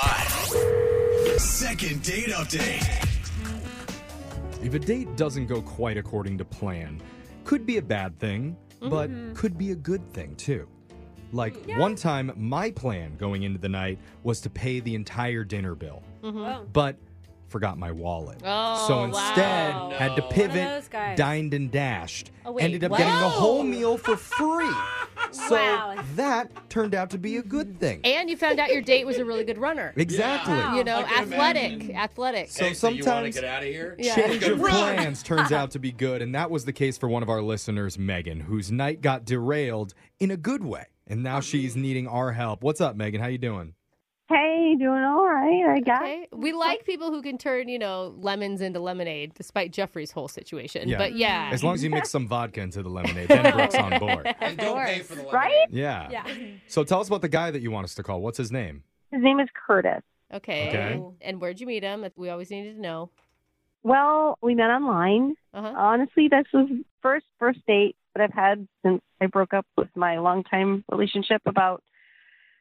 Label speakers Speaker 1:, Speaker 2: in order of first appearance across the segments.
Speaker 1: 92.5. Second date update.
Speaker 2: If a date doesn't go quite according to plan, could be a bad thing, but
Speaker 3: Mm-hmm.
Speaker 2: could be a good thing too. Like one time, my plan going into the night was to pay the entire dinner bill,
Speaker 3: Oh.
Speaker 2: but forgot my wallet.
Speaker 3: Oh,
Speaker 2: so instead,
Speaker 3: wow.
Speaker 2: had to
Speaker 3: One of those
Speaker 2: pivot,
Speaker 3: guys.
Speaker 2: dined and dashed.
Speaker 3: Oh, wait,
Speaker 2: ended up
Speaker 3: what?
Speaker 2: getting the whole
Speaker 3: Whoa.
Speaker 2: meal for free. So
Speaker 3: Wow.
Speaker 2: that turned out to be a good thing.
Speaker 3: And you found out your date was a really good runner.
Speaker 2: Exactly.
Speaker 3: You know,
Speaker 4: I can
Speaker 3: athletic,
Speaker 4: imagine.
Speaker 3: athletic.
Speaker 4: Hey,
Speaker 2: So
Speaker 4: you want to
Speaker 2: sometimes-
Speaker 4: get out of here?
Speaker 3: Yeah.
Speaker 2: change of
Speaker 4: Run!
Speaker 2: plans turns out to be good. And that was the case for one of our listeners, Megan, whose night got derailed in a good way. And now she's needing our help. What's up, Megan? How you doing?
Speaker 5: Hey, doing all right. I got
Speaker 3: okay? We like people who can turn, you know, lemons into lemonade, despite Jeffrey's whole situation.
Speaker 2: Yeah.
Speaker 3: But yeah,
Speaker 2: As long as you mix some vodka into the lemonade, then Brooks on board.
Speaker 4: And don't pay for the lemonade.
Speaker 5: right.
Speaker 2: Yeah.
Speaker 3: yeah.
Speaker 2: So tell us about the guy that you want us to call. What's his name?
Speaker 5: His name is Curtis.
Speaker 3: Okay.
Speaker 2: Okay.
Speaker 3: And where'd you meet him? We always needed to know.
Speaker 5: Well, we met online.
Speaker 3: Uh huh.
Speaker 5: Honestly, this was the first first date that I've had since I broke up with my longtime relationship about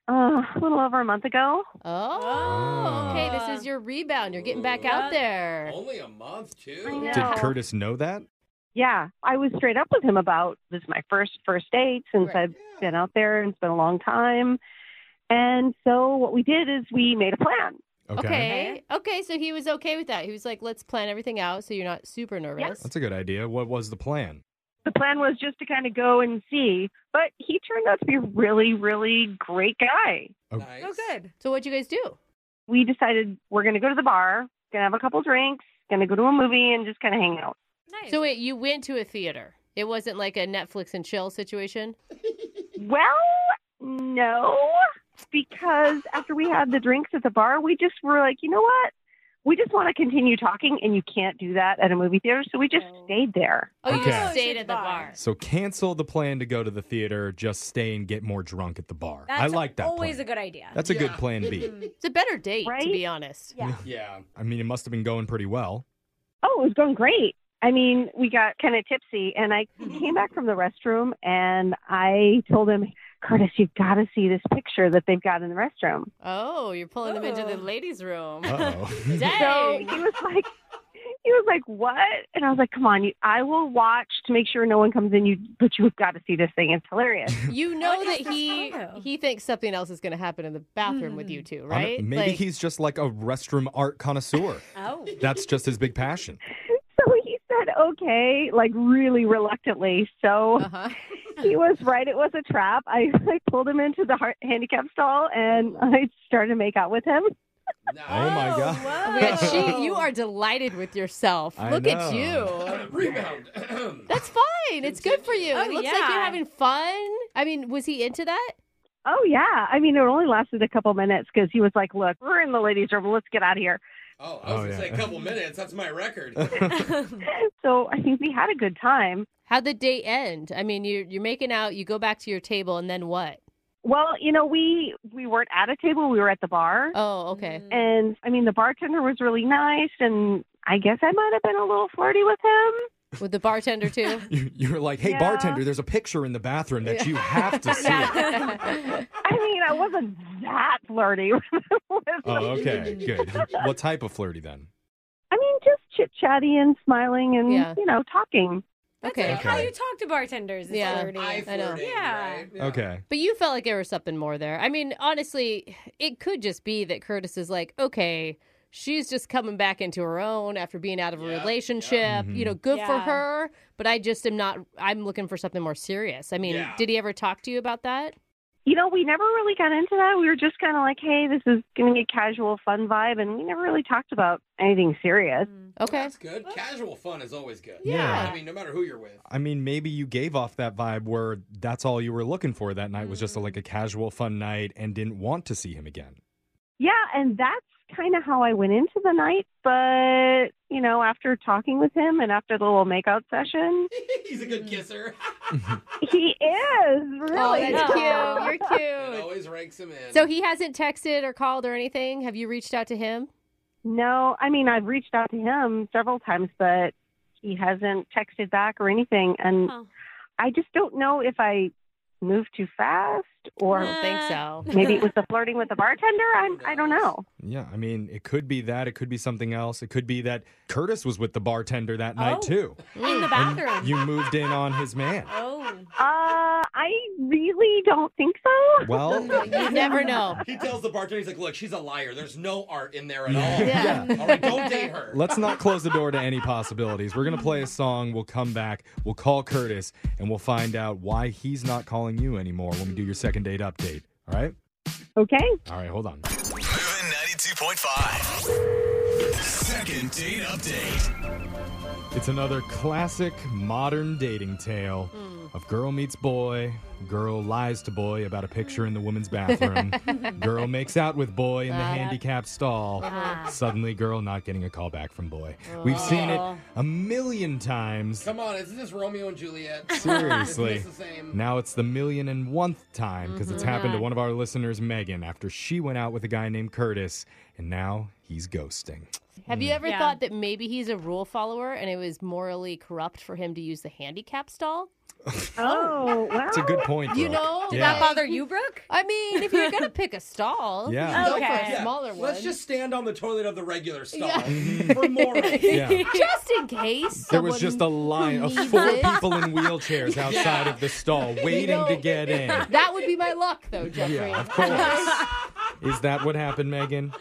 Speaker 5: uh, a little over a month ago.
Speaker 3: Oh, okay. This is your rebound. You're getting back out there.
Speaker 4: Only a month, too.
Speaker 5: I know.
Speaker 2: Did
Speaker 5: No.
Speaker 2: Curtis know that?
Speaker 5: Yeah, I was straight up with him about this is my first first date since
Speaker 3: Right.
Speaker 5: I've been out there and it's been a long time. And so what we did is we made a plan.
Speaker 2: Okay.
Speaker 3: Okay. Okay. So he was okay with that. He was like, let's plan everything out so you're not super nervous.
Speaker 2: That's a good idea. What was the plan?
Speaker 5: the plan was just to kind of go and see. But he turned out to be a really, really great guy.
Speaker 4: Nice.
Speaker 6: Oh, good.
Speaker 3: So what'd you guys do?
Speaker 5: We decided we're going to go to the bar, going to have a couple drinks, going to go to a movie, and just kind of hang out.
Speaker 6: Nice.
Speaker 3: So wait, you went to a theater. It wasn't like a Netflix and chill situation.
Speaker 5: Well, no, because after we had the drinks at the bar, we just were like, you know what? We just want to continue talking, and you can't do that at a movie theater. So we just stayed there.
Speaker 3: Oh, you
Speaker 2: Okay.
Speaker 3: just
Speaker 2: Oh,
Speaker 3: stayed
Speaker 6: it's
Speaker 3: at the
Speaker 6: bar.
Speaker 3: bar.
Speaker 2: So cancel the plan to go to the theater, just stay and get more drunk at the bar.
Speaker 6: That's
Speaker 2: I like that.
Speaker 6: Always
Speaker 2: plan.
Speaker 6: a good idea. Hmm.
Speaker 2: That's a good
Speaker 4: Yeah.
Speaker 2: plan B.
Speaker 3: It's a better date, to
Speaker 5: Right?
Speaker 3: be honest.
Speaker 6: Yeah.
Speaker 4: Yeah.
Speaker 2: I mean, it must have been going pretty well.
Speaker 5: Oh, it was going great. I mean, we got kind of tipsy, and I came back from the restroom and I told him, Curtis, you've got to see this picture that they've got in the restroom.
Speaker 3: Oh, you're pulling them into the
Speaker 6: Ooh.
Speaker 3: ladies' room.
Speaker 2: Oh. Uh-oh.
Speaker 3: Dang.
Speaker 5: So he was like, he was like, what? And I was like, come on, you, I will watch to make sure no one comes in. You, but you've got to see this thing. It's hilarious.
Speaker 3: you
Speaker 6: Oh,
Speaker 3: know
Speaker 6: yes,
Speaker 3: that
Speaker 6: that's
Speaker 3: he
Speaker 6: photo.
Speaker 3: he thinks something else is going to happen in the bathroom with you two,
Speaker 2: I don't-
Speaker 3: right?
Speaker 2: Maybe
Speaker 3: Like-
Speaker 2: he's just like a restroom art connoisseur.
Speaker 6: Oh.
Speaker 2: That's just his big passion.
Speaker 5: So he said, okay, like really reluctantly. So
Speaker 3: Uh-huh.
Speaker 5: he was right. It was a trap. I, I pulled him into the har- handicap stall and I started to make out with him.
Speaker 4: Nice.
Speaker 2: Oh, my God.
Speaker 3: But
Speaker 6: Whoa.
Speaker 3: she, you are delighted with yourself.
Speaker 2: I
Speaker 3: Look
Speaker 2: know.
Speaker 3: at you.
Speaker 4: Rebound.
Speaker 3: That's fine. It's good for you.
Speaker 6: Oh,
Speaker 3: it looks like you're
Speaker 6: yeah.
Speaker 3: having fun. I mean, was he into that?
Speaker 5: Oh yeah, I mean it only lasted a couple minutes because he was like, "Look, we're in the ladies' room. Let's get out of here."
Speaker 4: oh, I was
Speaker 2: Oh,
Speaker 4: going to
Speaker 2: yeah.
Speaker 4: say a couple minutes. That's my record.
Speaker 5: So I think we had a good time.
Speaker 3: How'd the date end? I mean, you're you're making out. You go back to your table, and then what?
Speaker 5: Well, you know, we we weren't at a table; we were at the bar,
Speaker 3: Oh, okay.
Speaker 5: and I mean the bartender was really nice, and I guess I might have been a little flirty with him.
Speaker 3: With the bartender too.
Speaker 2: You, you were like, hey,
Speaker 5: Yeah.
Speaker 2: bartender, there's a picture in the bathroom that you have to see.
Speaker 5: I mean, I wasn't that flirty. with him.
Speaker 2: oh, okay. Good. What type of flirty then?
Speaker 5: I mean, just chit chatty and smiling, and
Speaker 3: Yeah.
Speaker 5: you know, talking.
Speaker 6: That's
Speaker 3: okay.
Speaker 6: like how you talk to bartenders. It's
Speaker 3: Yeah.
Speaker 6: flirty.
Speaker 4: I
Speaker 3: I know.
Speaker 4: flirting,
Speaker 6: Yeah.
Speaker 4: right?
Speaker 2: Okay.
Speaker 3: But you felt like there was something more there. I mean, honestly, it could just be that Curtis is like, okay, she's just coming back into her own after being out of a
Speaker 4: Yeah,
Speaker 3: relationship.
Speaker 2: Mhm.
Speaker 3: You know, good for
Speaker 6: Yeah.
Speaker 3: her. But I just am not. I'm looking for something more serious. I mean,
Speaker 4: Yeah.
Speaker 3: did he ever talk to you about that?
Speaker 5: You know, we never really got into that. We were just kind of like, "Hey, this is going to be a casual, fun vibe," and we never really talked about anything serious.
Speaker 3: Okay.
Speaker 4: That's good. Casual fun is always good.
Speaker 2: Yeah.
Speaker 4: I mean, no matter who you're with.
Speaker 2: I mean, maybe you gave off that vibe where that's all you were looking for that night was just
Speaker 4: Mm.
Speaker 2: like a casual, fun night and didn't want to see him again.
Speaker 5: Yeah, and that's kind of how I went into the night. But, you know, after talking with him and after the little makeout session,
Speaker 4: He's a good
Speaker 3: Mm.
Speaker 4: kisser.
Speaker 5: he is really.
Speaker 3: Oh, that's cute. You're
Speaker 4: It
Speaker 3: cute.
Speaker 4: always ranks him in.
Speaker 3: So he hasn't texted or called or anything. Have you reached out to him?
Speaker 5: No, I mean, I've reached out to him several times, but he hasn't texted back or anything. And
Speaker 6: Huh.
Speaker 5: I just don't know if I move too fast, or
Speaker 3: I don't think so.
Speaker 5: maybe it was the flirting with the bartender. I'm, I don't know.
Speaker 2: Yeah, I mean, it could be that. It could be something else. It could be that Curtis was with the bartender that night,
Speaker 6: Oh.
Speaker 2: too.
Speaker 6: in the
Speaker 3: Mm.
Speaker 6: bathroom.
Speaker 2: You moved in on his man.
Speaker 6: oh,
Speaker 5: Uh, I really don't think so.
Speaker 2: Well,
Speaker 3: You never know.
Speaker 4: He tells the bartender, he's like, look, she's a liar. There's no art in there at all.
Speaker 3: Yeah.
Speaker 4: All right, don't date her.
Speaker 2: let's not close the door to any possibilities. We're going to play a song. We'll come back. We'll call Curtis and we'll find out why he's not calling you anymore when we do your second date update. All right?
Speaker 5: Okay.
Speaker 2: All right, hold on.
Speaker 1: Moving 92.5. Second date update.
Speaker 2: It's another classic modern dating tale of girl meets boy, girl lies to boy about a picture in the woman's bathroom, girl makes out with boy in the handicapped stall, suddenly girl not getting a call back from boy. We've seen it a million times.
Speaker 4: Come on, isn't this Romeo and Juliet?
Speaker 2: Seriously.
Speaker 4: Isn't this the same?
Speaker 2: Now it's the million and one time because
Speaker 3: Mm-hmm.
Speaker 2: it's happened to one of our listeners, Megan, after she went out with a guy named Curtis, and now he's ghosting.
Speaker 3: Have you ever
Speaker 6: Yeah.
Speaker 3: thought that maybe he's a rule follower and it was morally corrupt for him to use the handicap stall?
Speaker 5: Oh, well.
Speaker 2: It's a good point.
Speaker 3: You
Speaker 2: Brooke.
Speaker 3: know,
Speaker 2: yeah.
Speaker 6: that bother you, Brooke?
Speaker 3: I mean, if you're gonna pick a stall,
Speaker 2: Yeah.
Speaker 3: go for
Speaker 6: Okay.
Speaker 3: a smaller one.
Speaker 4: Let's just stand on the toilet of the regular stall
Speaker 3: Yeah.
Speaker 4: for morals.
Speaker 2: Yeah.
Speaker 3: Just in case.
Speaker 2: There was just a
Speaker 3: someone
Speaker 2: line of
Speaker 3: needs
Speaker 2: four
Speaker 3: it.
Speaker 2: people in wheelchairs outside of the stall waiting to get in.
Speaker 3: That would be my luck, though, Jeffrey.
Speaker 2: Yeah, of course. Is that what happened, Megan?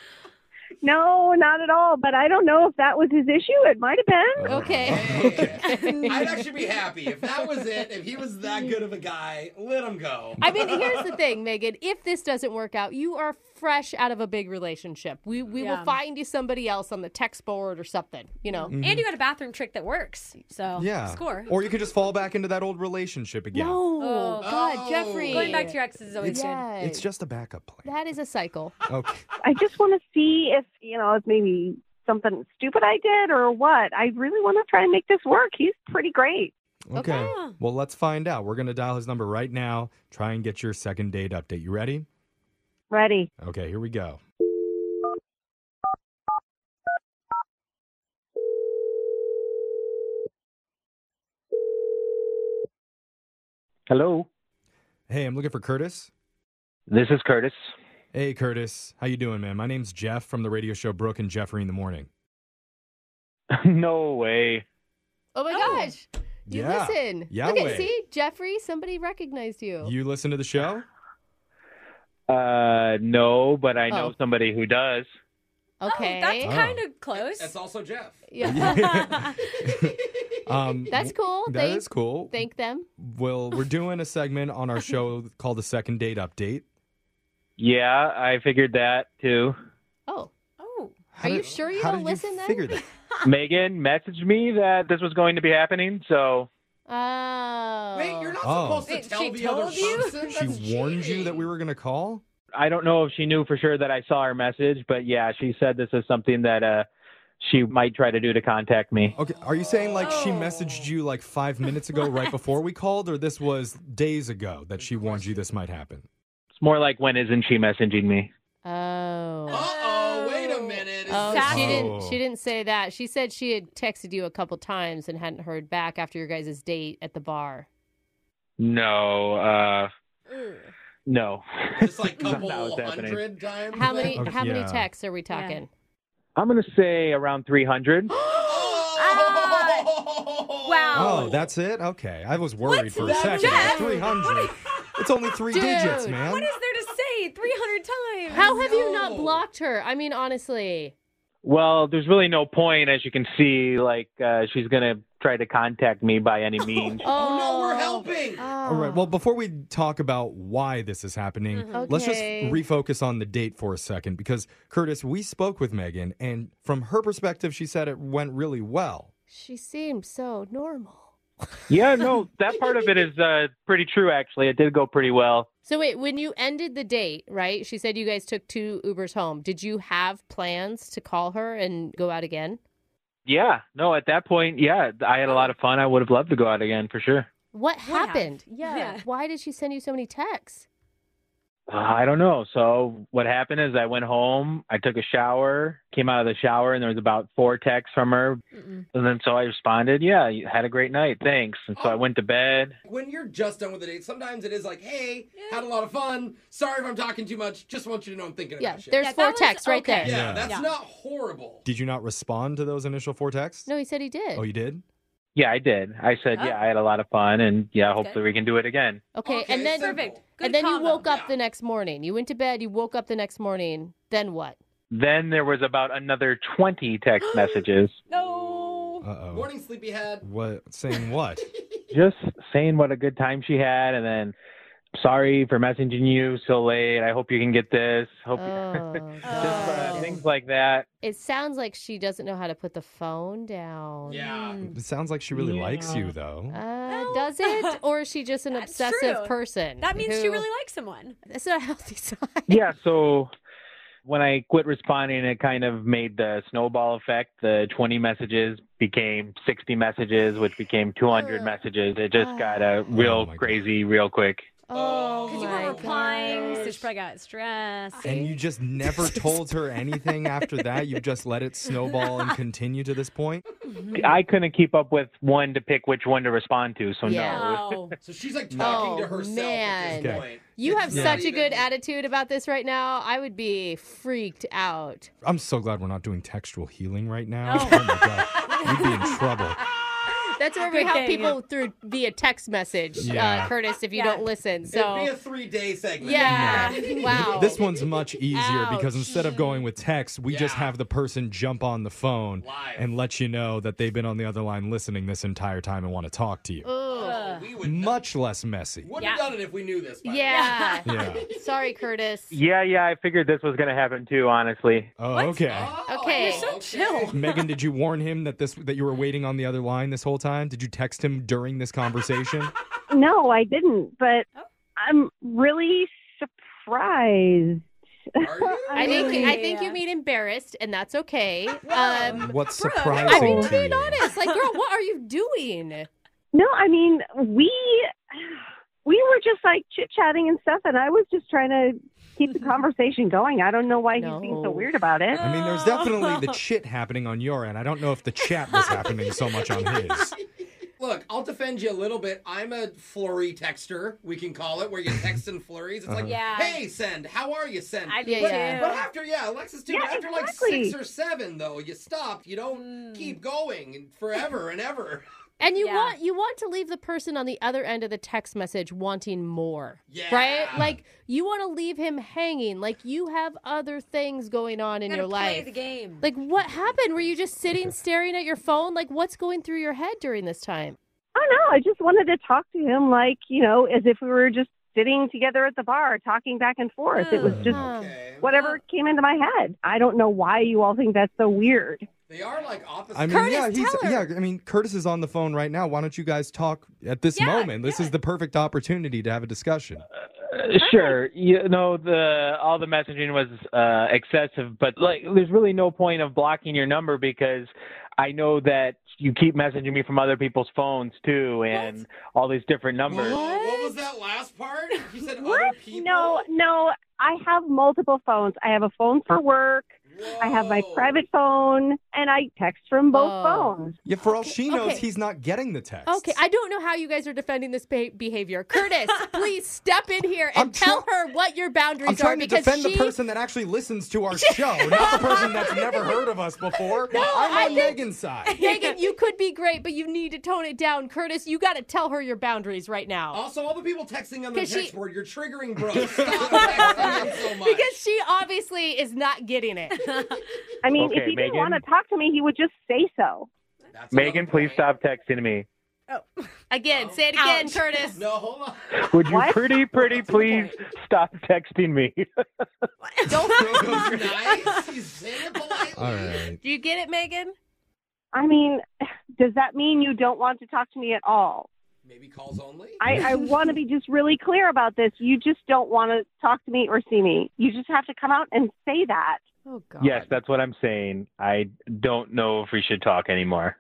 Speaker 5: No, not at all. But I don't know if that was his issue. It might have been.
Speaker 3: Okay.
Speaker 4: I'd actually be happy if that was it. If he was that good of a guy, let him go.
Speaker 3: I mean, here's the thing, Megan. If this doesn't work out, you are fresh out of a big relationship. We we will
Speaker 6: Yeah.
Speaker 3: find you somebody else on the text board or something. You
Speaker 2: Mm,
Speaker 3: know.
Speaker 4: Mm-hmm.
Speaker 6: And you got a bathroom trick that works. So
Speaker 2: Mm-hmm. Yeah.
Speaker 6: score.
Speaker 2: Or you could just fall back into that old relationship again.
Speaker 3: No.
Speaker 6: Oh.
Speaker 3: God,
Speaker 4: Oh.
Speaker 3: Jeffrey.
Speaker 6: Going back to your exes is always good.
Speaker 3: yeah.
Speaker 2: It's just a backup plan.
Speaker 3: that is a cycle.
Speaker 2: Okay.
Speaker 5: I just want to see if, you know, if maybe something stupid I did or what. I really want to try and make this work. He's pretty great.
Speaker 2: Okay.
Speaker 6: Okay.
Speaker 2: Well, let's find out. We're going to dial his number right now. Try and get your second date update. You ready?
Speaker 5: Ready.
Speaker 2: Okay, here we go.
Speaker 7: Hello,
Speaker 2: Hey, I'm looking for Curtis.
Speaker 7: this is Curtis.
Speaker 2: Hey, Curtis. How you doing, man? My name's Jeff from the radio show Brooke and Jeffrey in the Morning.
Speaker 7: no way.
Speaker 3: Oh my
Speaker 6: Oh.
Speaker 3: gosh. You
Speaker 2: yeah.
Speaker 3: listen.
Speaker 2: Yeah,
Speaker 3: Look
Speaker 2: way.
Speaker 3: at see, Jeffrey, somebody recognized you.
Speaker 2: You listen to the show?
Speaker 7: Uh, no, but I know
Speaker 3: Oh.
Speaker 7: somebody who does.
Speaker 3: okay.
Speaker 6: Oh, that's
Speaker 2: Oh.
Speaker 6: kind of close.
Speaker 4: Ah. That's also Jeff.
Speaker 3: yeah.
Speaker 2: um,
Speaker 3: That's cool.
Speaker 2: That
Speaker 3: thank,
Speaker 2: is cool.
Speaker 3: thank them.
Speaker 2: well, we're doing a segment on our show called the Second Date Update.
Speaker 7: Yeah, I figured that too.
Speaker 3: Oh.
Speaker 6: oh.
Speaker 2: How
Speaker 3: Are you
Speaker 2: did-
Speaker 3: sure you
Speaker 2: how
Speaker 3: don't
Speaker 2: did
Speaker 3: listen then?
Speaker 2: Figure that.
Speaker 7: Megan messaged me that this was going to be happening, so
Speaker 3: Oh.
Speaker 4: Wait, you're not
Speaker 2: Oh.
Speaker 4: supposed to
Speaker 6: Wait,
Speaker 4: tell
Speaker 6: she
Speaker 4: the
Speaker 6: told
Speaker 4: other
Speaker 6: you?
Speaker 4: person.
Speaker 2: She
Speaker 4: That's
Speaker 2: warned you that
Speaker 4: cheating.
Speaker 2: we were going to call?
Speaker 7: I don't know if she knew for sure that I saw her message, but yeah, she said this is something that uh she might try to do to contact me.
Speaker 2: Okay, are you saying like she
Speaker 6: Oh.
Speaker 2: messaged you like five minutes ago, right before we called, or this was days ago that she warned you this might happen?
Speaker 7: It's more like when isn't she messaging me?
Speaker 3: Oh.
Speaker 4: Uh-oh, wait a minute. Is
Speaker 3: Oh,
Speaker 4: this-
Speaker 6: Exactly.
Speaker 3: she didn't.
Speaker 2: Oh.
Speaker 3: She didn't say that. She said she had texted you a couple times and hadn't heard back after your guys' date at the bar.
Speaker 7: No, uh no.
Speaker 4: Just like
Speaker 7: That's
Speaker 4: couple
Speaker 7: not what's happening.
Speaker 4: hundred times.
Speaker 3: How
Speaker 4: then?
Speaker 3: many?
Speaker 2: Okay,
Speaker 3: how many
Speaker 2: Oh, yeah.
Speaker 3: texts are we
Speaker 6: Yeah.
Speaker 3: talking?
Speaker 7: I'm going to say around 300.
Speaker 4: Oh!
Speaker 6: Wow.
Speaker 2: Oh, that's it? Okay. I was worried
Speaker 6: What's
Speaker 2: for a
Speaker 6: that,
Speaker 2: second.
Speaker 6: Jeff?
Speaker 2: 300. It's only three
Speaker 3: Dude,
Speaker 2: digits, man.
Speaker 6: What is there to say 300 times?
Speaker 3: How have you not
Speaker 4: No.
Speaker 3: blocked her? I mean, honestly.
Speaker 7: Well, there's really no point, as you can see. Like, uh, she's going to try to contact me by any means.
Speaker 3: Oh, Uh,
Speaker 4: Oh no, we're helping.
Speaker 2: All
Speaker 3: Ah,
Speaker 2: right. Well, before we talk about why this is happening, let's just
Speaker 3: Okay.
Speaker 2: refocus on the date for a second because Curtis, we spoke with Megan, and from her perspective, she said it went really well.
Speaker 3: she seemed so normal.
Speaker 7: yeah, no, that part of it is uh, pretty true, actually. It did go pretty well.
Speaker 3: So wait, when you ended the date, right? She said you guys took two Ubers home. Did you have plans to call her and go out again?
Speaker 7: Yeah, no, at that point, yeah, I had a lot of fun. I would have loved to go out again for sure.
Speaker 3: What
Speaker 6: have.
Speaker 3: happened?
Speaker 6: Yeah.
Speaker 3: Why did she send you so many texts?
Speaker 7: Uh, I don't know. So what happened is I went home, I took a shower, came out of the shower, and there was about four texts from her.
Speaker 6: Mm-mm.
Speaker 7: And then so I responded, "Yeah, you had a great night, thanks." And so I went to bed.
Speaker 4: When you're just done with the date, sometimes it is like, hey, had a lot of fun. Sorry if I'm talking too much. Just want you to know I'm thinking
Speaker 3: Yeah,
Speaker 4: about shit.
Speaker 3: there's
Speaker 6: Yeah, that
Speaker 3: four
Speaker 6: was
Speaker 3: texts right
Speaker 6: okay.
Speaker 3: there.
Speaker 4: yeah,
Speaker 2: Yeah.
Speaker 4: that's
Speaker 6: Yeah.
Speaker 4: not horrible.
Speaker 2: Did you not respond to those initial four texts?
Speaker 3: No, he said he did.
Speaker 2: Oh, you did?
Speaker 7: Yeah, I did. I said,
Speaker 6: Oh.
Speaker 7: "Yeah, I had a lot of fun, and yeah,
Speaker 6: That's good.
Speaker 7: hopefully we can do it again."
Speaker 3: okay,
Speaker 4: Okay,
Speaker 3: and then
Speaker 4: so-
Speaker 6: Perfect. Good
Speaker 3: and then you
Speaker 6: combo.
Speaker 3: woke up
Speaker 4: Yeah.
Speaker 3: the next morning. You went to bed. You woke up the next morning. Then what?
Speaker 7: Then there was about another twenty text messages,
Speaker 6: No.
Speaker 2: Uh oh.
Speaker 4: Morning, sleepyhead.
Speaker 2: What? Saying what?
Speaker 7: just saying what a good time she had, and then. Sorry for messaging you so late. I hope you can get this. Hope
Speaker 3: Oh,
Speaker 7: you...
Speaker 3: God.
Speaker 7: just uh, things like that.
Speaker 3: Oh. It sounds like she doesn't know how to put the phone down.
Speaker 4: Yeah.
Speaker 2: it sounds like she really likes you, though.
Speaker 3: Uh,
Speaker 6: Well,
Speaker 3: does it, or is she just an
Speaker 6: that's
Speaker 3: obsessive
Speaker 6: true.
Speaker 3: person?
Speaker 6: That means she
Speaker 3: who- Oh
Speaker 6: really likes someone.
Speaker 3: That's not a healthy sign.
Speaker 7: Yeah, so when I quit responding, it kind of made the snowball effect. The 20 messages became 60 messages, which became 200
Speaker 3: Ugh. Ah.
Speaker 7: messages. It just got a
Speaker 2: Oh,
Speaker 7: real
Speaker 2: my God.
Speaker 7: crazy real quick.
Speaker 3: Oh,
Speaker 6: Because you
Speaker 3: my
Speaker 6: weren't replying, so
Speaker 3: gosh.
Speaker 6: she probably got stressed.
Speaker 2: And you just never told her anything after that? You just let it snowball and continue to this point?
Speaker 3: Mm-hmm.
Speaker 7: I couldn't keep up with one to pick which one to respond to, so no.
Speaker 6: No.
Speaker 4: So she's like talking to
Speaker 3: Oh,
Speaker 4: herself
Speaker 3: man.
Speaker 4: at this
Speaker 2: Okay.
Speaker 4: point.
Speaker 3: You
Speaker 4: It's
Speaker 3: have
Speaker 4: not
Speaker 3: such a
Speaker 4: even-
Speaker 3: good attitude about this right now. I would be freaked out.
Speaker 2: I'm so glad we're not doing textual healing right now.
Speaker 6: No.
Speaker 2: Oh my God. We'd be in trouble.
Speaker 3: That's where we
Speaker 6: Good
Speaker 3: help
Speaker 6: thing.
Speaker 3: people through via text message,
Speaker 2: Yeah.
Speaker 3: uh, Curtis. If you
Speaker 6: Yeah.
Speaker 3: don't listen,
Speaker 4: It'd be
Speaker 3: so
Speaker 4: a three-day segment.
Speaker 3: yeah, wow.
Speaker 2: This one's much easier because
Speaker 3: Ouch.
Speaker 2: instead of going with text, we just
Speaker 4: Yeah.
Speaker 2: have the person jump on the phone
Speaker 4: Live.
Speaker 2: and let you know that they've been on the other line listening this entire time and want to talk to you.
Speaker 3: Ugh.
Speaker 6: Ugh.
Speaker 4: We would
Speaker 2: Much less messy.
Speaker 4: would have
Speaker 6: Yeah.
Speaker 4: done it if we knew this. by the way.
Speaker 3: yeah.
Speaker 2: Yeah.
Speaker 3: Sorry, Curtis.
Speaker 7: Yeah, yeah, I figured this was going to happen too, honestly.
Speaker 2: Oh, okay.
Speaker 4: Oh,
Speaker 3: Okay. You're
Speaker 6: so chill.
Speaker 2: Megan, did you warn him that this that you were waiting on the other line this whole time? Did you text him during this conversation?
Speaker 5: No, I didn't, but
Speaker 6: Oh.
Speaker 5: I'm really surprised.
Speaker 4: Are you?
Speaker 3: I think I think you
Speaker 6: Yeah.
Speaker 3: mean embarrassed, and that's okay. Um,
Speaker 2: What's
Speaker 6: Brooke,
Speaker 2: surprising
Speaker 3: I mean, we're
Speaker 2: to
Speaker 3: being
Speaker 2: you?
Speaker 3: honest. Like, girl, what are you doing?
Speaker 5: No, I mean we we were just like chit chatting and stuff, and I was just trying to keep the conversation going. I don't know why
Speaker 3: No.
Speaker 5: he's being so weird about it.
Speaker 2: I mean, there's definitely the chit happening on your end. I don't know if the chat was happening so much on his.
Speaker 4: Look, I'll defend you a little bit. I'm a flurry texter, we can call it, where you text in flurries. It's like,
Speaker 6: Yeah.
Speaker 3: Uh-huh.
Speaker 4: hey, send, how are you, send?
Speaker 6: I do
Speaker 3: Yeah,
Speaker 6: too.
Speaker 3: yeah.
Speaker 4: but after, yeah, Alexis too,
Speaker 5: Yeah,
Speaker 4: but after like
Speaker 5: exactly.
Speaker 4: six or seven, though, you stop. You
Speaker 3: Hmm.
Speaker 4: don't keep going and forever and ever.
Speaker 3: And you
Speaker 6: Yeah.
Speaker 3: want you want to leave the person on the other end of the text message wanting more.
Speaker 4: Yeah.
Speaker 3: Right? Like you want to leave him hanging. Like you have other things going on in
Speaker 6: Gotta
Speaker 3: your
Speaker 6: play
Speaker 3: life.
Speaker 6: the game.
Speaker 3: Like what happened? Were you just sitting staring at your phone? Like what's going through your head during this time?
Speaker 5: I don't know. I just wanted to talk to him, like you know, as if we were just sitting together at the bar, talking back and forth. It was just
Speaker 3: Huh.
Speaker 4: Okay.
Speaker 5: whatever came into my head. I don't know why you all think that's so weird.
Speaker 4: They are like opposite.
Speaker 2: I mean,
Speaker 3: Curtis,
Speaker 2: yeah, he's,
Speaker 3: tell her.
Speaker 2: yeah. I mean, Curtis is on the phone right now. Why don't you guys talk at this
Speaker 6: Yeah,
Speaker 2: moment? This is the perfect opportunity to have a discussion.
Speaker 7: Uh, sure you know the all the messaging was uh excessive but like there's really no point of blocking your number because i know that you keep messaging me from other people's phones too and all these different
Speaker 4: Whoa,
Speaker 7: numbers
Speaker 4: what? was that last part? You said
Speaker 5: What?
Speaker 4: other people?
Speaker 5: No, no. I have multiple phones. I have a phone for work. I have my
Speaker 4: Whoa.
Speaker 5: private phone, and I text from both
Speaker 3: Oh.
Speaker 5: phones.
Speaker 2: Yeah, for all she knows,
Speaker 3: okay.
Speaker 2: he's not getting the text.
Speaker 3: Okay, I don't know how you guys are defending this ba- behavior. Curtis, please step in here and
Speaker 2: I'm try-
Speaker 3: tell her what your boundaries
Speaker 2: am trying
Speaker 3: are
Speaker 2: to
Speaker 3: because
Speaker 2: defend
Speaker 3: she
Speaker 2: the person that actually listens to our show, not the person that's never heard of us before. I'm
Speaker 3: I
Speaker 2: on
Speaker 3: think-
Speaker 2: Megan's side.
Speaker 3: Megan, you could be great, but you need to tone it down. Curtis, you got to tell her your boundaries right now.
Speaker 4: Also, all the people texting on the
Speaker 3: 'Cause
Speaker 4: text
Speaker 3: she-
Speaker 4: board, you're triggering bro. Stop texting him so much.
Speaker 3: Because she obviously is not getting it.
Speaker 5: I mean, if
Speaker 7: Okay,
Speaker 5: he didn't
Speaker 7: Megan.
Speaker 5: want to talk to me, he would just say so.
Speaker 4: That's
Speaker 7: megan
Speaker 4: another
Speaker 7: please
Speaker 4: point.
Speaker 7: stop texting me
Speaker 3: Again, say it again,
Speaker 6: Ouch.
Speaker 3: Curtis.
Speaker 4: Oh, No, hold on.
Speaker 7: would you
Speaker 5: What?
Speaker 7: pretty pretty please stop texting me
Speaker 4: He's nice. He's saying it politely.
Speaker 2: All right.
Speaker 3: Do you get it, Megan?
Speaker 5: I mean, does that mean you don't want to talk to me at all?
Speaker 4: Maybe calls only.
Speaker 5: I, I want to be just really clear about this. You just don't want to talk to me or see me. You just have to come out and say that.
Speaker 3: Oh God.
Speaker 7: yes that's what i'm saying i don't know if we should talk anymore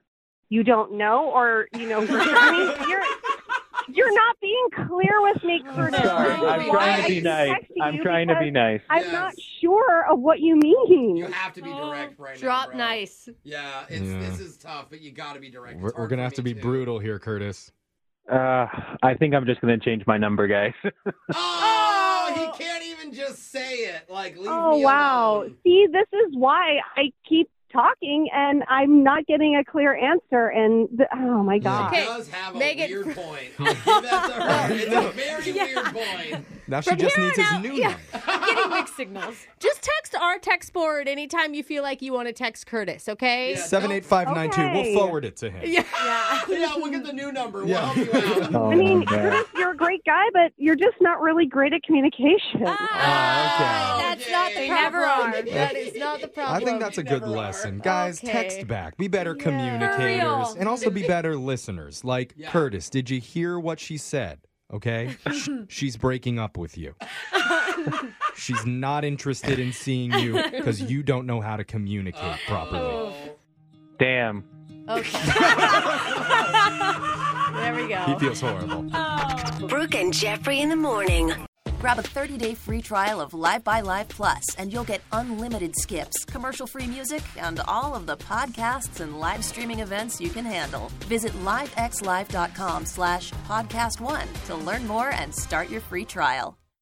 Speaker 5: You don't know, or you know, I mean, you're You're not being clear with me, Curtis.
Speaker 7: Sorry,
Speaker 5: This is
Speaker 7: I'm
Speaker 5: why
Speaker 7: trying to
Speaker 5: I
Speaker 7: be nice.
Speaker 5: texted
Speaker 7: I'm
Speaker 5: you
Speaker 7: trying to be
Speaker 5: because
Speaker 7: nice.
Speaker 5: I'm
Speaker 4: Yes.
Speaker 5: not sure of what you mean.
Speaker 4: You have to be direct right now.
Speaker 3: Drop
Speaker 4: bro.
Speaker 3: nice.
Speaker 4: Yeah, it's,
Speaker 2: Yeah.
Speaker 4: this is tough, but you got to be direct.
Speaker 2: We're,
Speaker 4: It's
Speaker 2: we're
Speaker 4: hard
Speaker 2: gonna
Speaker 4: for
Speaker 2: have to
Speaker 4: me,
Speaker 2: be
Speaker 4: too.
Speaker 2: brutal here, Curtis.
Speaker 7: Uh, I think I'm just gonna change my number, guys.
Speaker 4: Oh, he can't even just say it. Like, leave
Speaker 5: Oh
Speaker 4: me
Speaker 5: wow.
Speaker 4: alone.
Speaker 5: See, this is why I keep talking and I'm not getting a clear answer and the, oh my god.
Speaker 4: She
Speaker 3: Okay,
Speaker 4: does have a
Speaker 3: Megan-
Speaker 4: weird point. I'll give that to her. It's a very weird point.
Speaker 2: Now she
Speaker 3: From
Speaker 2: just
Speaker 3: here
Speaker 2: needs
Speaker 3: on
Speaker 2: his
Speaker 3: out-
Speaker 2: new
Speaker 3: yeah.
Speaker 2: number.
Speaker 6: Getting mixed signals.
Speaker 3: Just text our text board anytime you feel like you want to text Curtis, okay?
Speaker 4: Yeah.
Speaker 2: Seven eight five nine two. We'll
Speaker 5: Okay.
Speaker 2: forward it to him.
Speaker 3: Yeah.
Speaker 4: Yeah, we'll get the new number. We'll
Speaker 2: Yeah.
Speaker 4: help you out.
Speaker 7: Oh,
Speaker 5: I mean,
Speaker 7: my God.
Speaker 5: Curtis, you're a great guy, but you're just not really great at communication.
Speaker 8: Uh,
Speaker 3: oh,
Speaker 2: Ah, okay.
Speaker 3: That's not the
Speaker 4: They
Speaker 3: problem.
Speaker 6: never are.
Speaker 3: That is not the problem.
Speaker 2: I think that's a
Speaker 4: You
Speaker 2: good
Speaker 4: never are.
Speaker 2: lesson. Guys,
Speaker 3: Okay.
Speaker 2: text back. Be better
Speaker 3: Yeah.
Speaker 2: communicators
Speaker 6: For real.
Speaker 2: and also be better listeners. Like,
Speaker 4: Yeah.
Speaker 2: Curtis, did you hear what she said? Okay? Sh- She's breaking up with you. She's not interested in seeing you because you don't know how to communicate properly.
Speaker 7: Damn.
Speaker 3: There we go.
Speaker 2: He feels horrible.
Speaker 8: Brooke and Jeffrey in the morning.
Speaker 9: Grab a 30-day free trial of Live by Live Plus, and you'll get unlimited skips, commercial-free music, and all of the podcasts and live streaming events you can handle. Visit livexlive.com slash podcast one to learn more and start your free trial.